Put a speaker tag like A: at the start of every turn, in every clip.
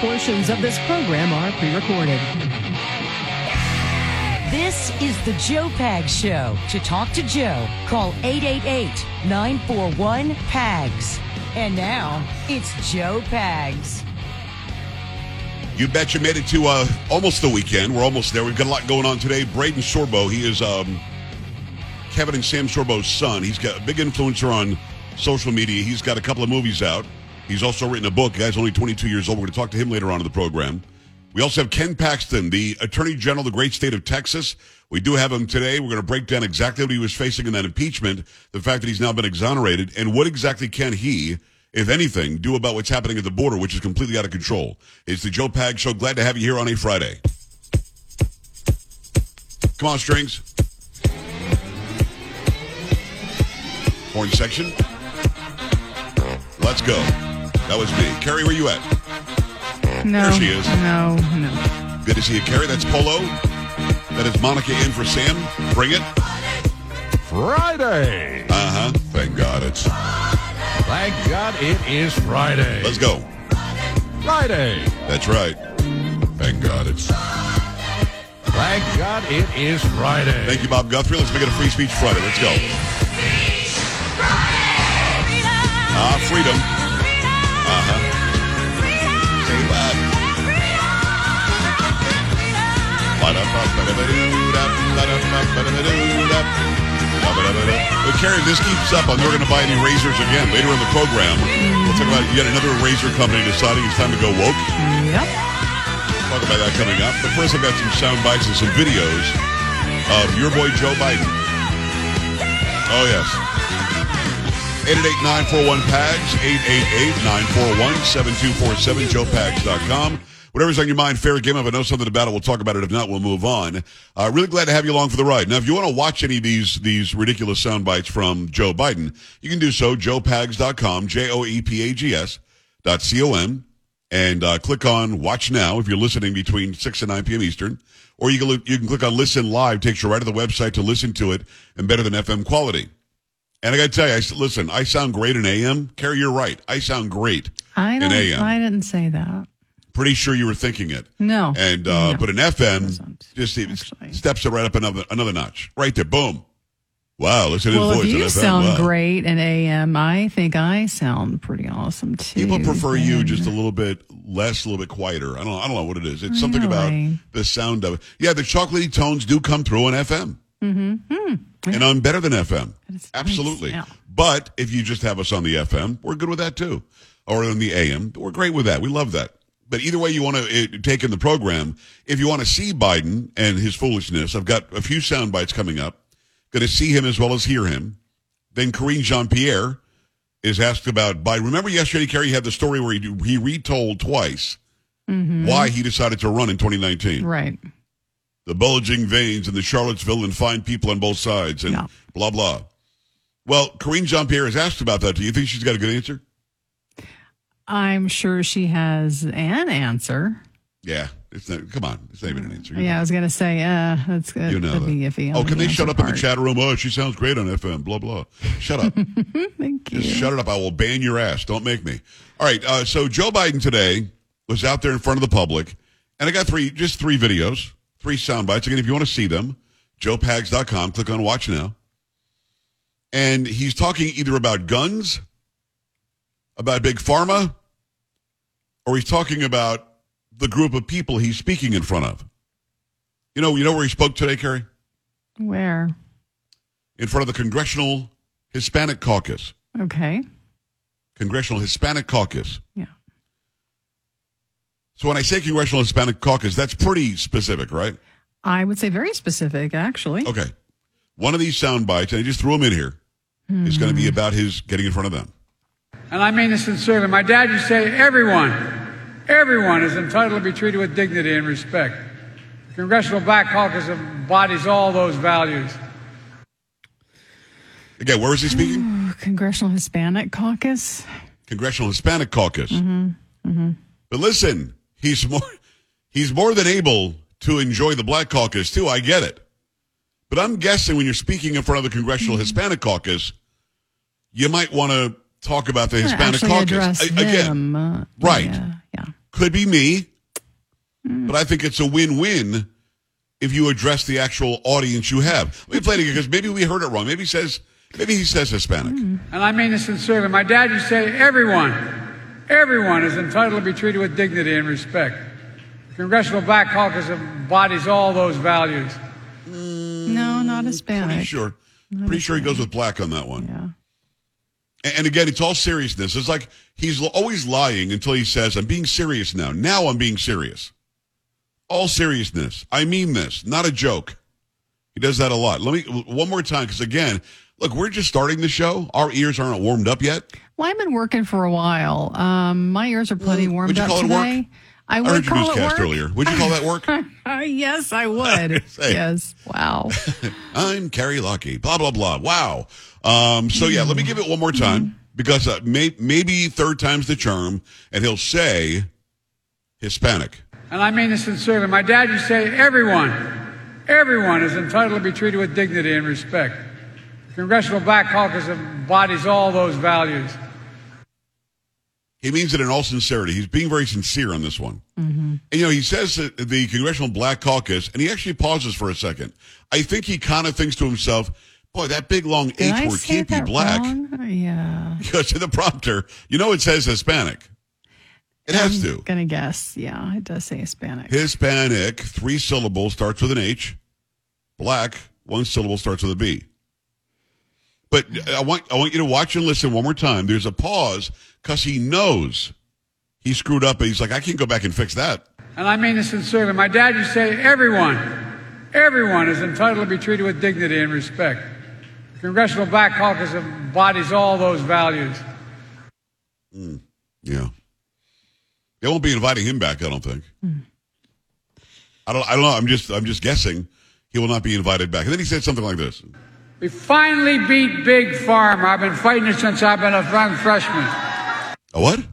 A: Portions of this program are pre recorded.
B: This is the Joe Pag Show. To talk to Joe, call 888 941 PAGS. And now it's Joe Pags.
C: You bet you made it to uh, almost the weekend. We're almost there. We've got a lot going on today. Braden Sorbo, he is um, Kevin and Sam Sorbo's son. He's got a big influencer on social media. He's got a couple of movies out. He's also written a book. The guy's only 22 years old. We're going to talk to him later on in the program. We also have Ken Paxton, the Attorney General of the great state of Texas. We do have him today. We're going to break down exactly what he was facing in that impeachment, the fact that he's now been exonerated, and what exactly can he, if anything, do about what's happening at the border, which is completely out of control. It's the Joe Pag Show. Glad to have you here on a Friday. Come on, strings. horn section. Let's go. That was me. Carrie, where you at?
D: No.
C: There she is.
D: No, no.
C: Good to see you, Carrie. That's Polo. That is Monica in for Sam. Bring it.
E: Friday.
C: Uh huh. Thank God it's.
E: Thank God it is Friday.
C: Let's go.
E: Friday.
C: That's right. Thank God it's.
E: Thank God it is Friday.
C: Thank you, Bob Guthrie. Let's make it a free speech Friday. Let's go. Ah, freedom. Uh huh. Say what? But Carrie, if this keeps up, I'm never going to buy any razors again. Later in the program, we'll talk about yet another razor company deciding it's time to go woke.
D: Yep.
C: Talk about that coming up. But first, I've got some sound bites and some videos of your boy Joe Biden. Oh, yes. 888-941-PAGS, 888-941-7247, joepags.com. Whatever's on your mind, fair game. If I know something about it, we'll talk about it. If not, we'll move on. Uh, really glad to have you along for the ride. Now, if you want to watch any of these, these ridiculous sound bites from Joe Biden, you can do so, joepags.com, E J-O-E-P-A-G-S dot C-O-M, and uh, click on Watch Now if you're listening between 6 and 9 p.m. Eastern. Or you can, li- you can click on Listen Live, takes you right to the website to listen to it and better than FM quality. And I got to tell you, I s listen, I sound great in AM. Carrie, you're right. I sound great
D: I
C: in
D: don't.
C: AM.
D: I didn't say that.
C: Pretty sure you were thinking it.
D: No.
C: And uh,
D: No.
C: but an FM
D: wasn't,
C: just even
D: actually.
C: steps it right up another another notch. Right there, boom. Wow, listen to
D: Well, if
C: his voice. on
D: you
C: FM.
D: sound
C: Wow.
D: great in AM, I think I sound pretty awesome too.
C: People prefer you
D: then.
C: just a little bit less, a little bit quieter. I don't, I don't know what it is. It's something
D: Really?
C: about the sound of it. Yeah, the chocolatey tones do come through on FM. Mm-hmm. And on better than FM.
D: it's Hmm. nice,
C: Absolutely.
D: yeah.
C: But if you just have us on the FM, we're good with that too. Or on the AM, we're great with that. We love that. But either way you want to take in the program, if you want to see Biden and his foolishness, I've got a few sound bites coming up. Going to see him as well as hear him. Then Corinne Jean Pierre is asked about Biden. Remember yesterday, Kerry had the story where he, he retold twice why he decided to run in 2019
D: Mm-hmm. Right.
C: the bulging veins and the Charlottesville and fine people on both sides and
D: Yeah.
C: blah blah. Well, Corinne Jean Pierre has asked about that. Do you think she's got a good answer?
D: I'm sure she has an answer.
C: Yeah, it's not. Come on, it's not even an answer.
D: Yeah, I was gonna say, uh, that's good.
C: You know
D: that'd be
C: that.
D: iffy.
C: Oh,
D: on
C: can
D: the
C: they shut
D: answer
C: up in
D: part.
C: the chat room? Oh, she sounds great on FM. Blah blah. Shut up.
D: Thank you.
C: Just shut it up. I will ban your ass. Don't make me. All right. Uh, so Joe Biden today was out there in front of the public, and I got three, just three videos, three sound bites. Again, if you want to see them, joepags.com. Click on Watch Now. And he's talking either about guns, about big pharma, or he's talking about the group of people he's speaking in front of. You know, you know where he spoke today, Kerry?
D: Where?
C: In front of the Congressional Hispanic Caucus.
D: Okay.
C: Congressional Hispanic Caucus.
D: Yeah.
C: So when I say Congressional Hispanic Caucus, that's pretty specific, right?
D: I would say very specific, actually.
C: Okay. One of these sound bites, and I just threw them in here, is going to
D: Hmm.
C: be about his getting in front of them.
F: And I mean this sincerely. My dad used to say, everyone, everyone is entitled to be treated with dignity and respect. The Congressional Black Caucus embodies all those values.
C: Again, where is he speaking?
D: Hmm. Congressional Hispanic Caucus.
C: Congressional Hispanic Caucus.
D: Mm-hmm.
C: But listen, he's more he's more than able to enjoy the Black Caucus too. I get it. But I'm guessing when you're speaking in front of the Congressional
D: Mm-hmm.
C: Hispanic Caucus, you might want to talk about the Hispanic
D: actually
C: Caucus
D: address
C: A- again.
D: them. uh,
C: Right.
D: Yeah. yeah.
C: Could be me, but I think it's a win-win if you address the actual audience you have. Let me play it again because maybe we heard it wrong. Maybe he says maybe he says Hispanic.
F: And I mean this sincerely. My dad used to say everyone, everyone is entitled to be treated with dignity and respect. The Congressional Black Caucus embodies all those values.
D: No, not
C: Mm, Pretty
D: Hispanic.
C: sure. Pretty sure he goes with black on that one.
D: Yeah.
C: A- And again, it's all seriousness. It's like he's l- always lying until he says, I'm being serious now. Now I'm being serious. All seriousness. I mean this, not a joke. He does that a lot. Let me, w- one more time, because again, look, we're just starting the show. Our ears aren't warmed up yet.
D: Well, I've been working for a while. Um, my ears are plenty
C: Mm.
D: warmed
C: Would you
D: up
C: call it work?
D: today. I
C: I
D: would
C: heard your
D: call it
C: newscast
D: work. Uh,
C: earlier. Would you call that work?
D: yes, I would.
C: Say.
D: yes. Wow.
C: I'm Carrie Lucky. Blah blah blah. Wow. Um, so yeah, let me give it one
D: Mm-hmm.
C: more time because uh, may, maybe third time's the charm, and he'll say Hispanic.
F: And I mean this sincerely. My dad used to say everyone, everyone is entitled to be treated with dignity and respect. The Congressional Black Caucus embodies all those values.
C: He means it in all sincerity. He's being very sincere on this one.
D: Mm-hmm.
C: And, you know, he says that the Congressional Black Caucus, and he actually pauses for a second. I think he kind of thinks to himself, "Boy, that big long
D: Did I
C: H word
D: say
C: can't be
D: that
C: black."
D: wrong? Uh, Yeah.
C: Because to the prompter, you know, it says Hispanic. It has to.
D: Gonna guess. Yeah, it does say Hispanic.
C: Hispanic, three syllables, starts with an H. Black, one syllable, starts with a B. But I want I want you to watch and listen one more time. There's a pause because he knows he screwed up, and he's like, I can't go back and fix that.
F: And I mean this sincerely. My dad used to say everyone, everyone is entitled to be treated with dignity and respect. The Congressional Black Caucus embodies all those values.
C: Yeah, they won't be inviting him back. I don't think. I don't. I don't know. I'm just. I'm just guessing. He will not be invited back. And then he said something like this.
F: We finally beat Big Pharma. I've been fighting it since I've been a young freshman.
C: A what?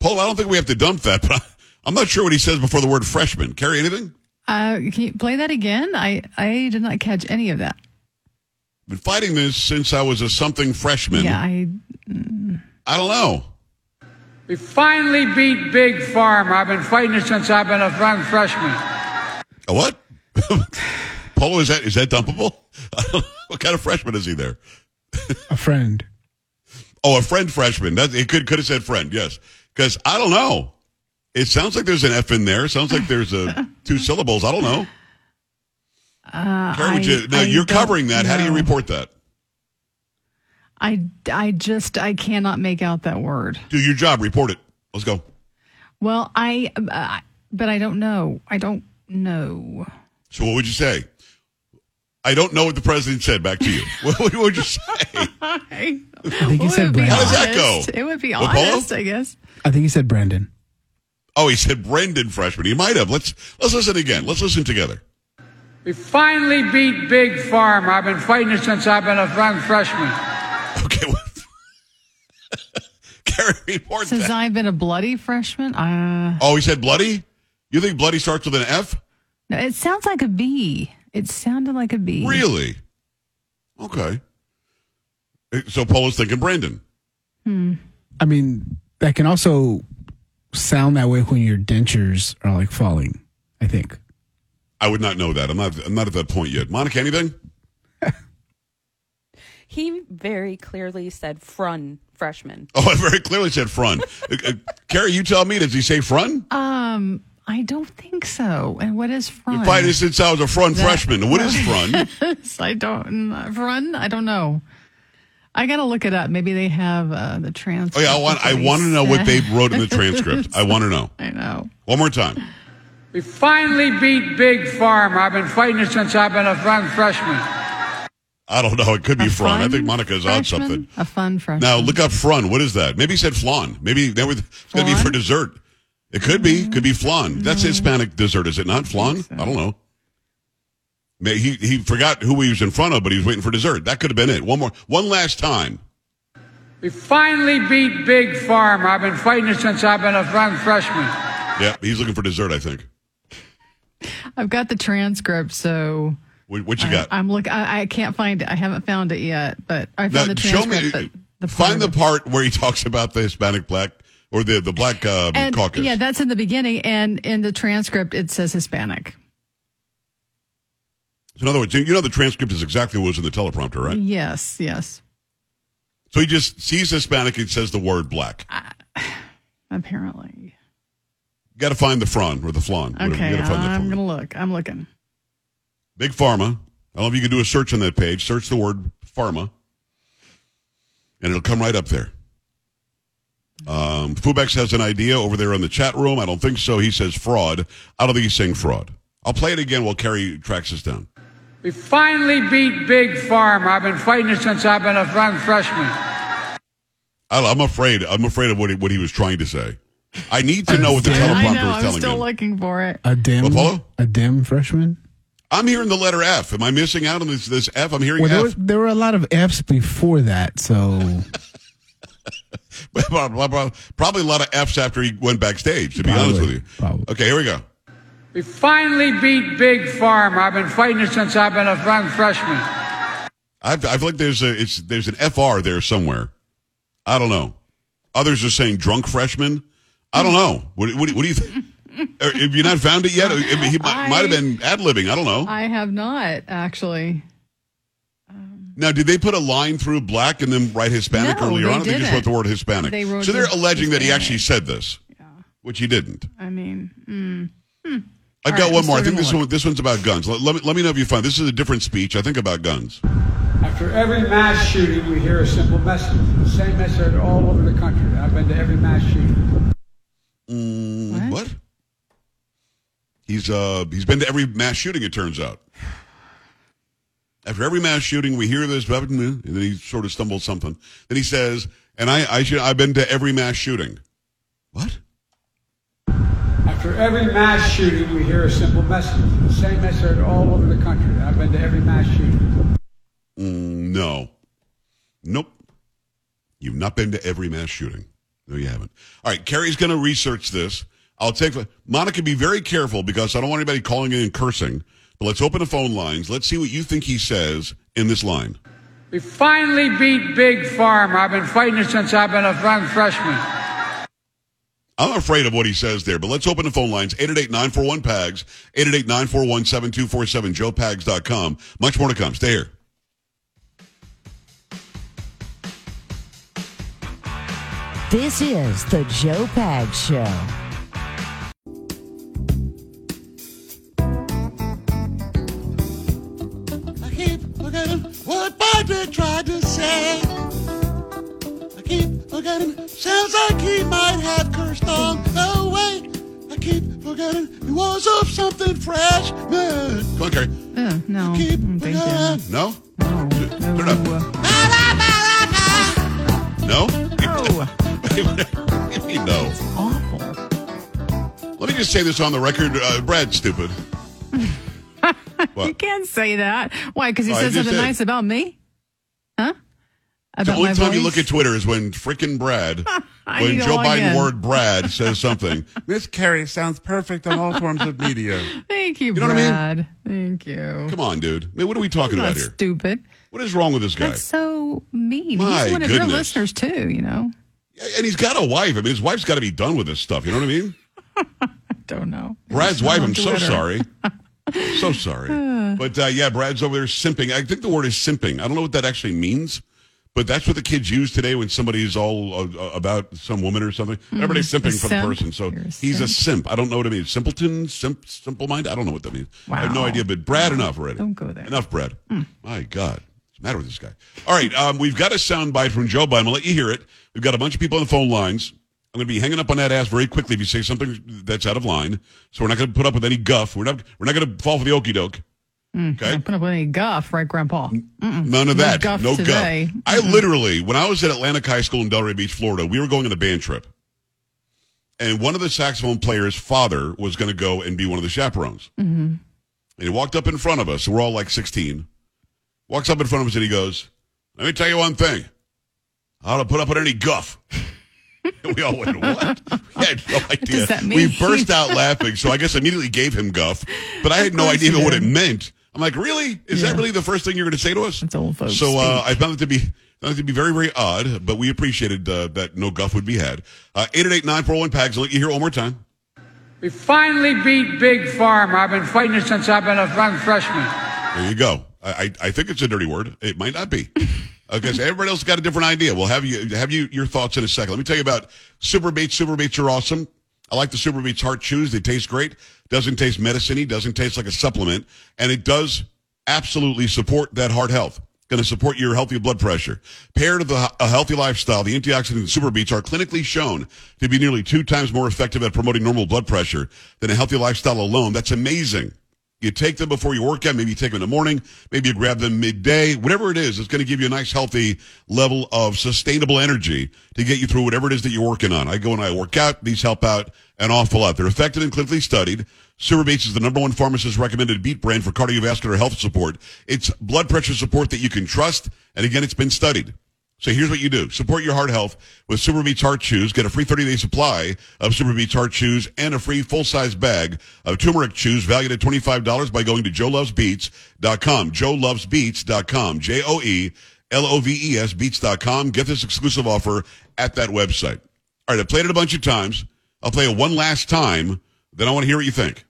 C: Paul, I don't think we have to dump that, but I, I'm not sure what he says before the word freshman. Carry anything?
D: Uh, can you play that again? I I did not catch any of that.
C: Been fighting this since I was a something freshman.
D: Yeah, I
C: I don't know.
F: We finally beat Big Pharma. I've been fighting it since I've been a young freshman.
C: A what? Polo, is that is that dumpable? I don't know. what kind of freshman is he there?
G: A friend.
C: Oh, a friend freshman. That it could could have said friend, yes. Because I don't know. It sounds like there's an F in there. Sounds like there's a two syllables. I don't know.
D: uh,
C: Carrie, would
D: I-
C: you, now
D: I
C: you're
D: don't
C: covering that. How do you
D: know.
C: report that?
D: I I just I cannot make out that word.
C: Do your job. Report it. Let's go.
D: Well, I uh, but I don't know. I don't know.
C: So what would you say? I don't know what the president said. Back to you. what, what would you say?
D: I
G: think he said Brandon.
C: How does that go?
D: It would be
C: With Polo?
D: honest, I guess.
G: I think he said Brandon.
C: Oh, he said Brendan freshman. He might have. Let's let's listen again. Let's listen together.
F: We finally beat Big Pharma. I've been fighting it since I've been a young freshman.
C: Okay. Well, Carrie, report
D: Since
C: that.
D: I've been a bloody freshman, uh,
C: oh, he said bloody? You think bloody starts with an F?
D: no, it sounds like a B. It sounded like a B.
C: Really? Okay. Uh, So Polo's thinking Brandon.
G: I mean, that can also sound that way when your dentures are like falling, I think.
C: I would not know that. I'm not I'm not at that point yet. Monica, anything?
H: He very clearly said "frun freshman."
C: Oh, I very clearly said front. Uh, uh, Carrie, you tell me, does he say front?
D: Um, I don't think so. And what is front?
C: Been fighting since I was a front
D: That-
C: freshman. What is front?
D: I don't run. I don't know. I gotta look it up. Maybe they have uh, the transcript.
C: Oh yeah, I want
D: of
C: I
D: what he
C: want to know
D: said.
C: what they wrote in the transcript. I want to know.
D: I know.
C: One more time.
F: We finally beat Big Pharma. I've been fighting it since I've been a young freshman.
C: I don't know. It could be
D: A
C: front. I
D: fun
C: think Monica's on
D: freshman?
C: something.
D: A fun freshman.
C: Now look up flan. What is that? Maybe he said flan. Maybe that was it's gonna be
D: Flan? Mm.
C: for dessert. It could be. Could be flan. That's Hispanic dessert, is it not? Flan? I don't know. May- He he forgot who he was in front of, but he was waiting for dessert. That could have been it. One more, one last time.
F: We finally beat Big Pharma. I've been fighting it since I've been a young freshman.
C: Yeah, he's looking for dessert. I think.
D: I've got the transcript, so
C: What, what you
D: I-
C: got?
D: I'm look. I, I can't find it. I haven't found it yet, but I found
C: Now, uh,
D: the transcript. but the
C: find the
D: part-
C: part where he talks about the Hispanic Black or the the black um,
D: And
C: caucus.
D: yeah, that's in the beginning, and in the transcript it says Hispanic.
C: so in other words, you you know the transcript is exactly what was in the teleprompter, right?
D: Yes, yes,
C: So he just sees Hispanic and says the word black.
D: apparently.
C: Got to find the front or the flan. whatever. You
D: Okay, um,
C: gotta find the
D: I'm
C: flan.
D: gonna look. I'm looking.
C: Big Pharma. I don't know if you can do a search on that page. Search the word pharma, and it'll come right up there. Um, Fubex has an idea over there in the chat room. I don't think so. He says fraud. I don't think he's saying fraud. I'll play it again while Kerry tracks us down.
F: We finally beat Big Pharma. I've been fighting it since I've been a young freshman.
C: I, I'm afraid. I'm afraid of what he, what he was trying to say. I need to know what the
G: scared.
D: I
C: teleprompter
D: know.
C: is
D: I'm
C: telling
D: still
C: me.
D: looking for it.
G: A dim,
C: Apollo?
G: a dim freshman.
C: I'm hearing the letter F. Am I missing out on this, this F? I'm hearing
G: Well, there,
C: F.
G: was, there were a lot of F's before that, so
C: Blah, blah, blah. Probably a lot of F's after he went backstage. To be honest
G: Probably.
C: with you.
G: Probably.
C: Okay, here we go.
F: We finally beat Big Pharma. I've been fighting it since I've been a young freshman.
C: I, I feel like there's a it's there's an FR there somewhere. I don't know. Others are saying drunk freshman. I don't know. What, what, do- what do you think? Or Have you not found it yet? I mean, he might,
D: I-
C: might have been ad libbing. I don't know.
D: I have not actually.
C: now, did they put a line through black and then write Hispanic
D: No,
C: earlier
D: they
C: on? They just
D: didn't.
C: wrote the word Hispanic.
D: They wrote
C: so they're
D: his-
C: alleging that he
D: Hispanic.
C: actually said this, which he didn't.
D: I mean, mm, All
C: I've got
D: right,
C: one
D: let's
C: more. I
D: go
C: think
D: to
C: this
D: one.
C: one this one's about guns. Let, let me let me know if you find this is a different speech. I think about guns.
F: After every mass shooting, you hear a simple message. The same message all over the country. I've been to every mass shooting.
C: Mm, what? He's uh he's been to every mass shooting. It turns out. After every mass shooting, we hear this, blah, blah, blah, and then he sort of stumbles something. Then he says, "And I, I should, I've been to every mass shooting." What?
F: After every mass shooting, you hear a simple message. The same message all over the country. I've been to every mass shooting.
C: Mm, no. Nope. You've not been to every mass shooting. No, you haven't. All right, Carrie's going to research this. I'll take Monica. Be very careful because I don't want anybody calling in and cursing. But let's open the phone lines. Let's see what you think he says in this line.
F: We finally beat Big Pharma. I've been fighting it since I've been a young freshman.
C: I'm afraid of what he says there, but let's open the phone lines. 888-941-PAGS, 888-941-7247, joepags.com. Much more to come. Stay here.
B: This is the Joe Pags Show.
I: I keep forgetting what Patrick tried to say. I keep forgetting sounds like he might have cursed on the way. I keep forgetting he was up something fresh. Man.
C: Come on, Carrie.
D: uh, no. I
I: Keep
D: don't think so.
I: forgetting.
C: No?
D: No,
C: Turn it up.
D: no.
C: No? No. no.
D: Awful.
C: Let me just say this on the record. Uh, Brad's stupid.
D: You can't say that. Why? Because he
C: I
D: said
C: just
D: something
C: did.
D: nice about me? Huh?
C: The
D: About
C: only
D: my
C: time you
D: voice?
C: look at Twitter is when frickin' Brad,
D: I
C: when
D: need to
C: Joe
D: log
C: Biden
D: in.
C: word Brad says something.
I: This Carrie sounds perfect on all forms of media.
D: Thank you,
C: know what I mean?
D: Brad. Thank you.
C: Come on, dude. I mean, what are we talking about
D: That's
C: here?
D: stupid.
C: What is wrong with this guy?
D: That's so mean.
C: My
D: He's one of your
C: goodness.
D: listeners too. You know.
C: And he's got a wife. I mean, his wife's got to be done with this stuff. You know what I mean?
D: Don't know.
C: Brad's wife. I'm so
D: Twitter.
C: sorry. so sorry. But uh, yeah, Brad's over there simping. I think the word is simping. I don't know what that actually means, but that's what the kids use today when somebody's all uh, uh, about some woman or something. Everybody's
D: Mm-hmm. a
C: simping for the
D: simp.
C: person. So
D: You're a
C: he's a simp. I don't know what it means. Simpleton, simp, simple mind. I don't know what that means. I have no
D: Wow.
C: idea. But Brad, enough already.
D: Don't go there. Hmm.
C: Enough, Brad. My God. What's the matter with this guy? All right. Um, we've got a sound bite from Joe Biden. I'll let you hear it. We've got a bunch of people on the phone lines. I'm going to be hanging up on that ass very quickly if you say something that's out of line. So we're not going to put up with any guff. We're not, we're not going to fall for the okey doke.
D: Hmm.
C: Okay.
D: Put up with any guff, right, Grandpa?
C: Mm. None of
D: No
C: that.
D: guff
C: no
D: today.
C: guff. I literally, when I was at Atlantic High School in Delray Beach, Florida, we were going on a band trip. And one of the saxophone players' father was going to go and be one of the chaperones. Mm-hmm. And he walked up in front of us. We're all like 16. Walks up in front of us and he goes, Let me tell you one thing. I don't put up with any guff. And we all went, What? We had no idea.
D: does that
C: We
D: mean?
C: burst out laughing. So I guess immediately gave him guff. But I had no
D: course
C: idea
D: you
C: even what it
D: did.
C: meant. I'm like, Really? Is that
D: Yeah.
C: really the first thing you're going to say to us?
D: That's old folks
C: So uh, I found it to be That'd be very, very odd, but we appreciated uh, that no guff would be had. Uh, 888 941 PAGS. I'll let you hear it one more time.
F: We finally beat Big Pharma. I've been fighting it since I've been a young freshman.
C: There you go. I, I I think it's a dirty word. It might not be. Okay, so everybody else got a different idea. We'll have you have you your thoughts in a second. Let me tell you about Super Beats. Super Beats are awesome. I like the Super Beats heart chews. They taste great. Doesn't taste medicine-y. Doesn't taste like a supplement. And it does absolutely support that heart health. Going to support your healthy blood pressure. Paired with a, a healthy lifestyle, the antioxidant Super Beats are clinically shown to be nearly two times more effective at promoting normal blood pressure than a healthy lifestyle alone. That's amazing. You take them before you work out. Maybe you take them in the morning. Maybe you grab them midday. Whatever it is, it's going to give you a nice, healthy level of sustainable energy to get you through whatever it is that you're working on. I go and I work out. These help out an awful lot. They're effective and clinically studied. Superbeats is the number one pharmacist recommended beat brand for cardiovascular health support. It's blood pressure support that you can trust. And again, it's been studied. So here's what you do. Support your heart health with Super Beats Heart Chews. Get a free 30-day supply of Super Beats Heart Chews and a free full-size bag of turmeric chews valued at $25 by going to joelovesbeats.com. joelovesbeats.com. E J-O-E-L-O-V-E-S beats.com. Get this exclusive offer at that website. All right, I've played it a bunch of times. I'll play it one last time. Then I want to hear what you think.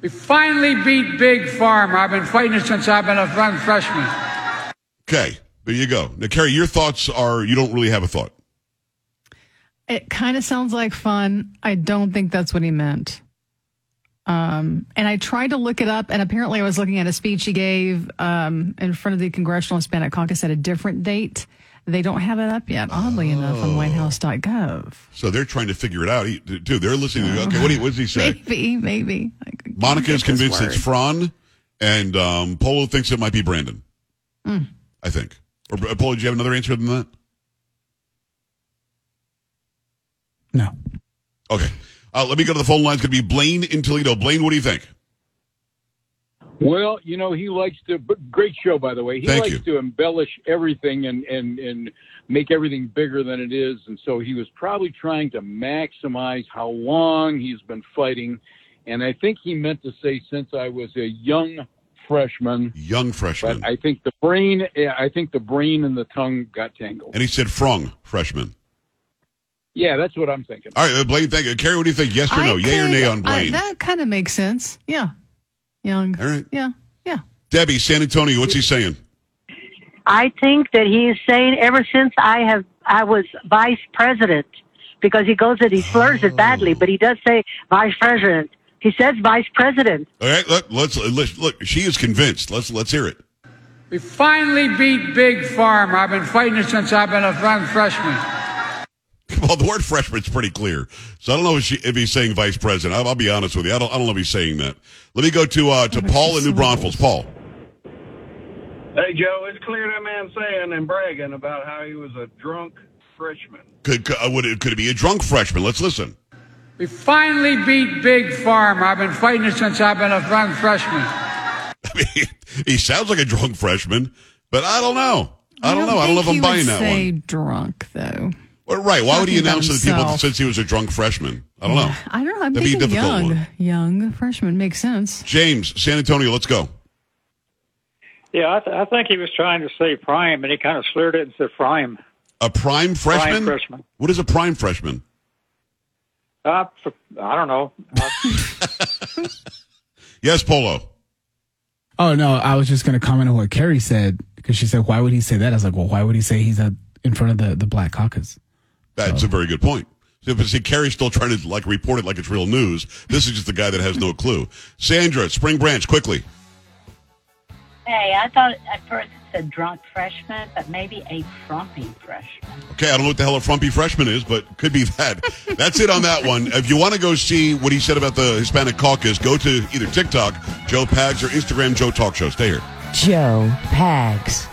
F: We finally beat Big Pharma. I've been fighting it since I've been a young freshman.
C: Okay, there you go. Now, Carrie, your thoughts are you don't really have a thought.
D: It kind of sounds like fun. I don't think that's what he meant. Um, and I tried to look it up, and apparently I was looking at a speech he gave um, in front of the Congressional Hispanic Caucus at a different date. They don't have it up yet, oddly enough,
C: Oh.
D: on whitehouse.gov.
C: So they're trying to figure it out, He- too. They're listening to, okay, what, do you- what does he say?
D: Maybe, maybe. I could-
C: Monica is
D: get this
C: convinced it's
D: word.
C: Fran, and um, Polo thinks it might be Brandon.
D: Hmm.
C: I think. Or uh, Polo, do you have another answer than that?
G: No.
C: Okay. Uh, let me go to the phone lines. Going to be Blaine in Toledo. Blaine, what do you think?
J: Well, you know, he likes to. but Great show, by the way. He
C: Thank
J: likes
C: you.
J: to embellish everything and and and make everything bigger than it is. And so he was probably trying to maximize how long he's been fighting. And I think he meant to say since I was a young freshman.
C: Young freshman.
J: But I think the brain, yeah, I think the brain and the tongue got tangled.
C: and he said Frong, freshman.
J: Yeah, that's what I'm thinking.
C: All right, uh, Blaine, thank you. Carrie, what do you think? Yes or
D: I
C: no? Yay or
D: could-
C: nay on
D: I-
C: Blaine?
D: that kind of makes sense. Yeah. Young.
C: All right.
D: Yeah. Yeah.
C: Debbie, San Antonio, what's he saying?
K: I think that he is saying ever since I have I was vice president because he goes that he slurs it badly, but he does say vice president. He says vice president.
C: All right, let, let's, uh, let's look. She is convinced. Let's let's hear it.
F: We finally beat Big Pharma. I've been fighting it since I've been a young freshman.
C: Well, the word freshman's pretty clear. So I don't know if, she, if he's saying vice president. I'll, I'll be honest with you. I don't, I don't know if he's saying that. Let me go to uh,
D: Oh,
C: to Paul in New Braunfels. Paul.
L: Hey, Joe, it's clear that man saying and bragging about how he was a drunk freshman.
C: Could could, uh, would it, could it be a drunk freshman? Let's listen.
F: We finally beat Big Pharma. I've been fighting it since I've been a young freshman.
C: I mean, he sounds like a drunk freshman, but I don't know. I don't, know. I don't know if
D: think
C: I'm
D: he
C: buying
D: would
C: that
D: say
C: one.
D: drunk though.
C: Well, right? Why would he
D: talking about
C: announce to the people that
D: himself.
C: since he was a drunk freshman? I don't know.
D: I don't know. I'm
C: That'd be a
D: thinking
C: difficult
D: young,
C: one.
D: young freshman makes sense.
C: James, San Antonio, let's go.
M: Yeah, I, th- I think he was trying to say prime, and he kind of slurred it and said prime.
C: A prime freshman.
M: freshman.
C: What is a prime freshman?
M: Uh, f- I don't know. Uh,
C: Yes, Polo.
G: Oh no, I was just gonna comment on what Carrie said because she said, "Why would he say that?" I was like, "Well, why would he say he's at, in front of the the Black Caucus?"
C: That's a very good point. See, but see, Carrie's still trying to like report it like it's real news. This is just the guy that has no clue. Sandra, Spring Branch, quickly.
N: Hey, I thought at first it said drunk freshman, but maybe a frumpy freshman.
C: Okay, I don't know what the hell a frumpy freshman is, but could be that. That's it on that one. If you want to go see what he said about the Hispanic caucus, go to either TikTok, Joe Pags, or Instagram, Joe Talk Show. Stay here.
B: Joe Pags.